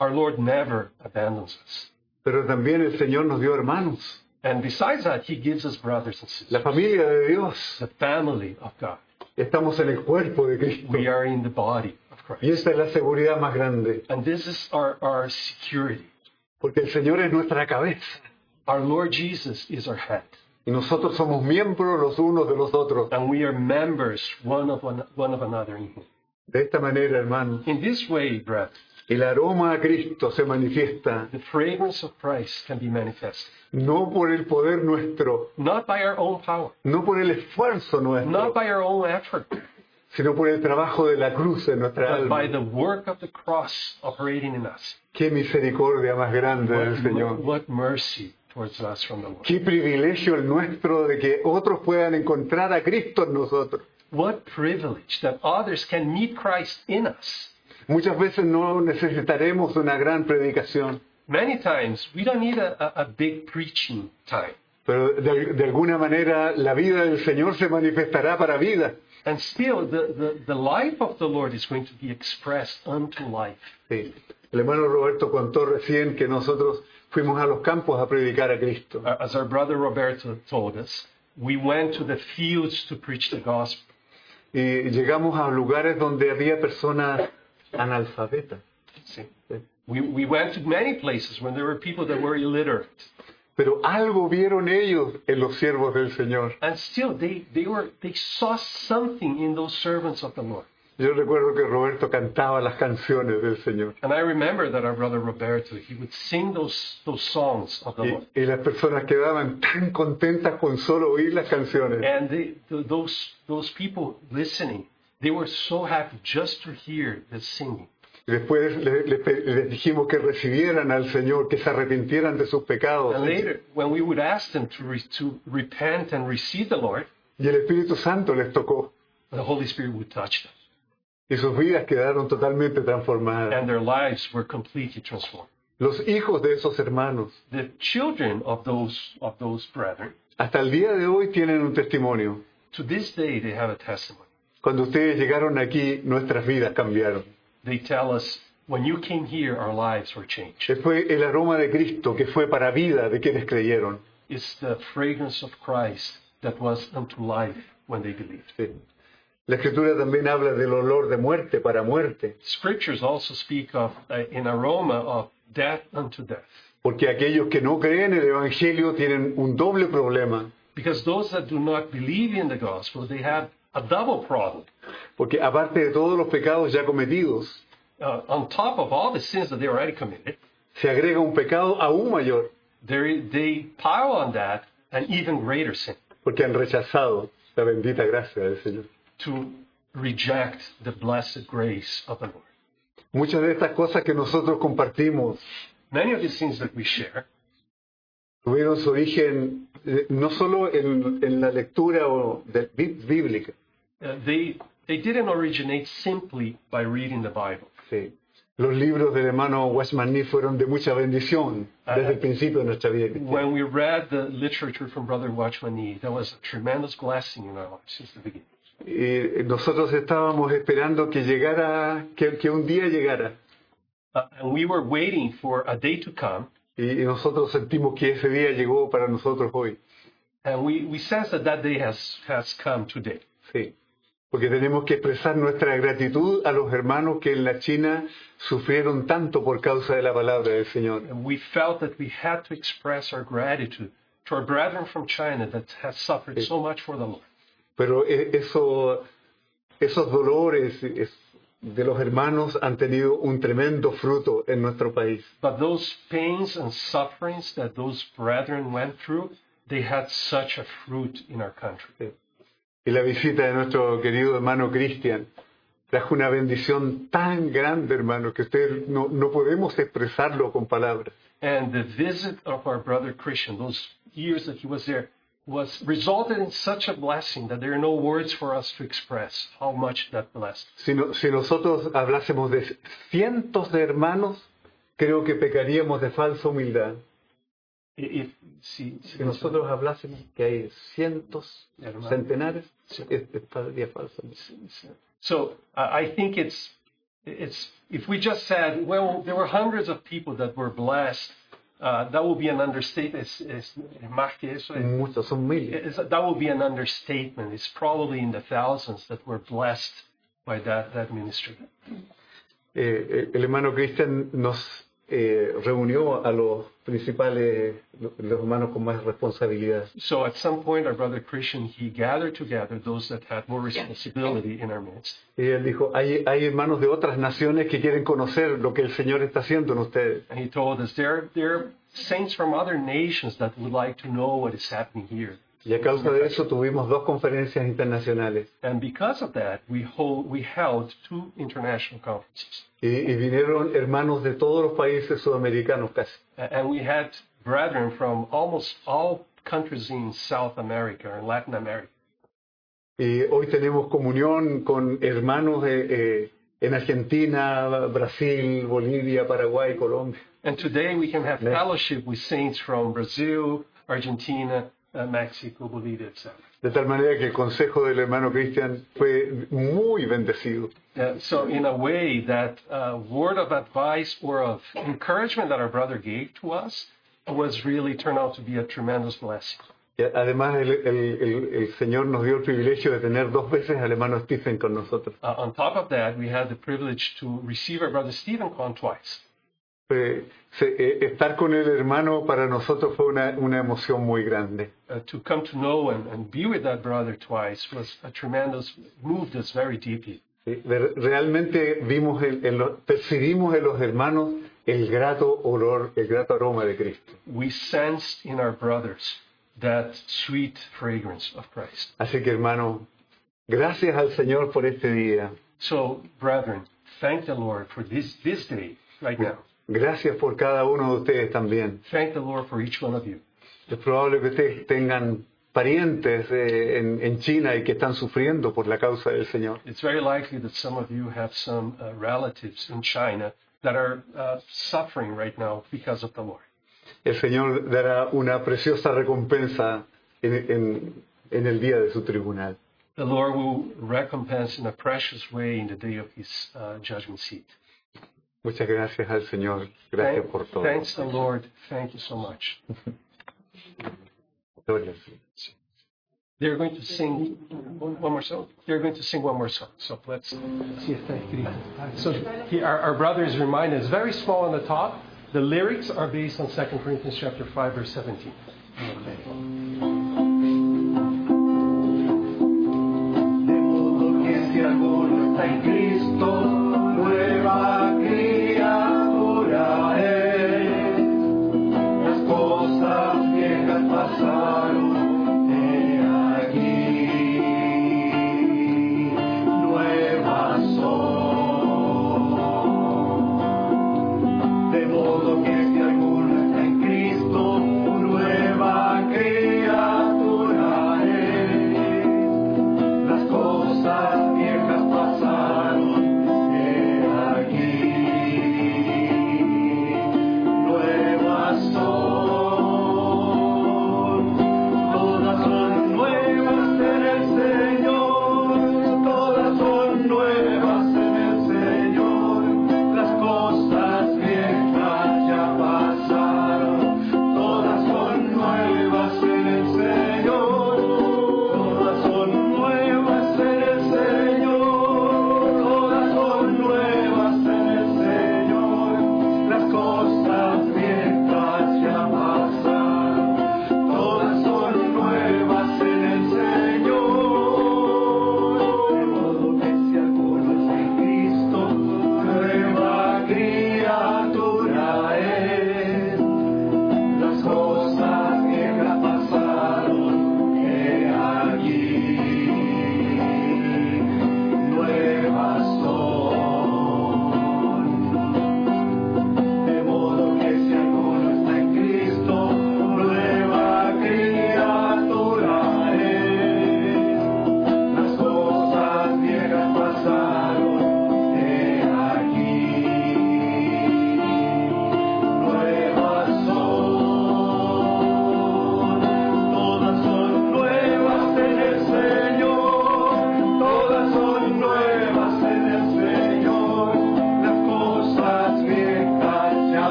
A: Our Lord never abandons us.
C: pero también el Señor nos dio hermanos.
A: And besides that, He gives us brothers and sisters,
C: La familia de Dios.
A: the family of God.
C: Estamos en el cuerpo de Cristo.
A: We are in the body of Christ.
C: Y esta es la seguridad más grande,
A: And this is our, our security.
C: porque el Señor es nuestra cabeza.
A: Our Lord Jesus is our head.
C: Y nosotros somos miembros los unos de los otros.
A: And we are members one of, one, one of another in Him.
C: De esta manera, hermano,
A: In this way, brethren,
C: el aroma a Cristo se manifiesta
A: the fragrance of Christ can be manifested.
C: no por el poder nuestro,
A: Not by our own power,
C: no por el esfuerzo
A: not
C: nuestro,
A: by our own effort,
C: sino por el trabajo de la cruz en nuestra
A: but by
C: alma.
A: the work of the cross operating in us.
C: Qué misericordia más grande del
A: What,
C: Señor.
A: what mercy towards us from the Lord.
C: Qué privilegio el nuestro de que otros puedan encontrar a Cristo en nosotros.
A: What privilege that others can meet Christ in us.
C: Muchas veces no necesitaremos una gran predicación,
A: Many times we don't need a, a, a big preaching time.
C: pero de, de alguna manera la vida del Señor se manifestará para vida.
A: And still, the, the, the life of the Lord is going to be expressed unto life.
C: Sí. El hermano Roberto contó recién que nosotros fuimos a los campos a predicar a Cristo.
A: Uh, As our brother Roberto told us, we went to the fields to preach the gospel.
C: Y llegamos a lugares donde había personas analfabetas,
A: See? We, we went to many places when there were people that were illiterate.
C: pero algo vieron ellos en los siervos del Señor.
A: And still, they, they, were, they saw something in those servants of the Lord.
C: Yo recuerdo que Roberto cantaba las canciones del Señor
A: And I remember that our brother Roberto, he would sing those, those songs of the Lord.
C: y, y las personas quedaban tan contentas con solo oír las canciones.
A: And they, th- those, those people listening, they were so happy just to hear the singing.
C: Y Después le- le pe- les, dijimos que recibieran al Señor, que se arrepintieran de sus pecados.
A: And later, when we would ask them to, re, to repent and receive the Lord,
C: Y el Espíritu Santo les tocó
A: the Holy Spirit would touch them.
C: y sus vidas quedaron totalmente transformadas.
A: And their lives were completely transformed.
C: los hijos de esos hermanos
A: The children of those, of those brethren,
C: hasta el día de hoy tienen un testimonio.
A: to this day, they have a testimony.
C: Cuando ustedes llegaron aquí, nuestras vidas cambiaron.
A: They tell us, when you came here, our lives were changed.
C: Fue el aroma de Cristo que fue para vida de quienes creyeron.
A: It's the fragrance of Christ that was unto life when they believed.
C: Sí. La escritura también habla del olor de muerte para muerte,
A: Scriptures also speak of uh, an aroma of death unto death.
C: porque aquellos que no creen el Evangelio tienen un doble problema,
A: Because those that do not believe in the gospel, they have a double problem.
C: porque aparte de todos los pecados ya cometidos,
A: Uh, on top of all the sins that they already committed,
C: se agrega un pecado aún mayor,
A: they, they pile on that an even greater sin
C: porque han rechazado la bendita gracia del Señor.
A: to reject the blessed grace of the Lord.
C: Muchas de estas cosas que nosotros compartimos
A: Many of these things that we share
C: tuvieron su origen eh, no solo en, en la lectura o de- bí- bíblica,
A: Uh, they they didn't originate simply by reading the Bible.
C: sí. los libros del hermano Westman Nee fueron de mucha bendición desde el principio de nuestra vida cristiana.
A: When we read the literature from Brother Watchman Nee, that was a tremendous blessing in our lives since the beginning.
C: Y nosotros estábamos esperando que llegara, que, que un día llegara,
A: Uh, and we were waiting for a day to come,
C: y, y nosotros sentimos que ese día llegó para nosotros hoy,
A: and we, we sense that that day has, has come today.
C: sí. porque tenemos que expresar nuestra gratitud a los hermanos que en la China sufrieron tanto por causa de la palabra del Señor.
A: And we felt that we had to express our gratitude to our brethren from China that has suffered so much for the Lord.
C: Pero e- eso esos dolores es- de los hermanos han tenido un tremendo fruto en nuestro país.
A: But those pains and sufferings that those brethren went through, they had such a fruit in our country.
C: Y la visita de nuestro querido hermano Cristian trajo una bendición tan grande, hermano, que usted no, no podemos expresarlo con palabras.
A: And the visit of our brother Christian, those years that he was there, was resulted in such a blessing that there are no words for us to express how much that blessed.
C: Si, no- si nosotros hablásemos de cientos de hermanos, creo que pecaríamos de falsa humildad.
A: I- If see,
C: Si nosotros hablásemos que hay cientos,
A: Hermanos.
C: centenares, es- estaría falsa humildad.
A: so uh, I think it's it's if we just said well there were hundreds of people that were blessed, uh, that would be an understatement. Es, es, más que eso, es-
C: Muchos, son miles.
A: It's- that would be an understatement. It's probably in the thousands that were blessed by that, that ministry.
C: Eh, eh, el hermano Cristian nos eh, reunió a los principales, lo- los hermanos con más responsabilidad.
A: So at some point, our brother Christian, he gathered together those that had more responsibility in our midst.
C: Y él dijo, hay, hay hermanos de otras naciones que quieren conocer lo que el Señor está haciendo en ustedes.
A: And he told us, there, there are saints from other nations that would like to know what is happening here.
C: Y a causa de eso tuvimos dos conferencias internacionales.
A: And because of that, we, hold, we held two international conferences.
C: Y, y vinieron hermanos de todos los países sudamericanos casi.
A: A- And we had brethren from almost all countries in South America and Latin America.
C: Y hoy tenemos comunión con hermanos de, eh, en Argentina, Brasil, Bolivia, Paraguay, Colombia.
A: And today we can have
C: Yes.
A: fellowship with saints from Brazil, Argentina, uh, Mexico, Bolivia, etc.
C: De tal manera que el consejo del hermano Cristian fue muy bendecido.
A: Uh, so, in a way, that uh, word of advice or of encouragement that our brother gave to us was really turned out to be a tremendous blessing.
C: Y a- Además, el, el- el- el Señor nos dio el privilegio de tener dos veces al hermano Stephen con nosotros.
A: Uh, on top of that, we had the privilege to receive our brother Stephen Con twice.
C: Fue- se- eh, estar con el hermano para nosotros fue una, una emoción muy grande.
A: Uh, to come to know and, and be with that brother twice was a tremendous, moved us very deeply.
C: Sí, de- Realmente vimos, el- en los- percibimos en los hermanos el grato olor, el grato aroma de Cristo.
A: We sensed in our brothers that sweet fragrance of Christ.
C: Así que hermano, gracias al Señor por este día.
A: So, brethren, thank the Lord for this, this day right now.
C: Gracias por cada uno de ustedes también.
A: Thank the Lord for each one of you.
C: Es probable que ustedes tengan parientes eh, en, en China y que están sufriendo por la causa del Señor.
A: It's very likely that some of you have some uh, relatives in China that are uh, suffering right now because of the Lord.
C: El Señor dará una preciosa recompensa en, en- en el día de su tribunal.
A: The Lord will recompense in a precious way in the day of his uh, judgment seat.
C: Muchas gracias al Señor. Gracias
A: Thank-
C: por todo.
A: Oh, thanks the Lord. Thank you so much.
C: Gloria al Señor.
A: They're going to sing one more song. They're going to sing one more song. So let's see if they can. So he, our, our brother is reminded, it's very small on the top. The lyrics are based on 2 Corinthians chapter 5, verse 17.
B: De modo que si alguno está en Cristo, nueva criatura es. Las cosas viejas pasaron, he aquí, nuevas son. De modo que si alguno está en Cristo, nueva criatura es. Las cosas viejas pasaron,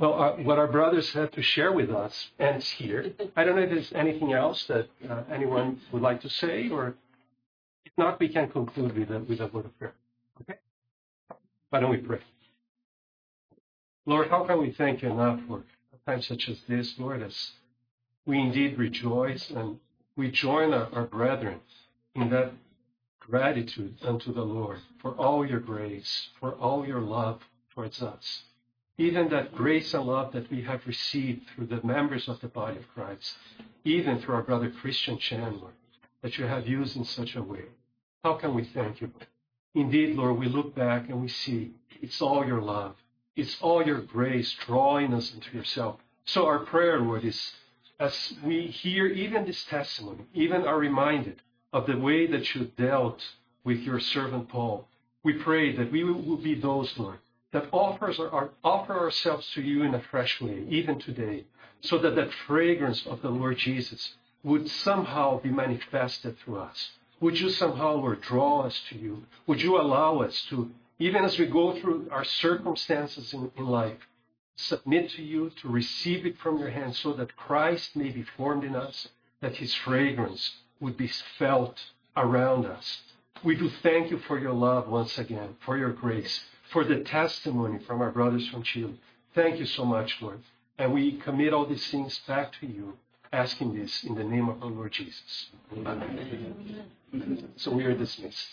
A: well, uh, what our brothers had to share with us ends here. I don't know if there's anything else that uh, anyone would like to say, or if not, we can conclude with a, with a word of prayer. Okay? Why don't we pray? Lord, how can we thank you enough for a time such as this, Lord, as we indeed rejoice and we join our, our brethren in that gratitude unto the Lord for all your grace, for all your love towards us. Even that grace and love that we have received through the members of the body of Christ, even through our brother Christian Chandler, that you have used in such a way. How can we thank you? Indeed, Lord, we look back and we see it's all your love. It's all your grace drawing us into yourself. So our prayer, Lord, is as we hear even this testimony, even are reminded of the way that you dealt with your servant Paul. We pray that we will be those, Lord, that offers our, offer ourselves to you in a fresh way, even today, so that the fragrance of the Lord Jesus would somehow be manifested through us. Would you somehow, Lord, draw us to you? Would you allow us to, even as we go through our circumstances in, in life, submit to you, to receive it from your hand, so that Christ may be formed in us, that his fragrance would be felt around us. We do thank you for your love once again, for your grace, for the testimony from our brothers from Chile. Thank you so much, Lord. And we commit all these things back to you, asking this in the name of our Lord Jesus. Amen. So we are dismissed.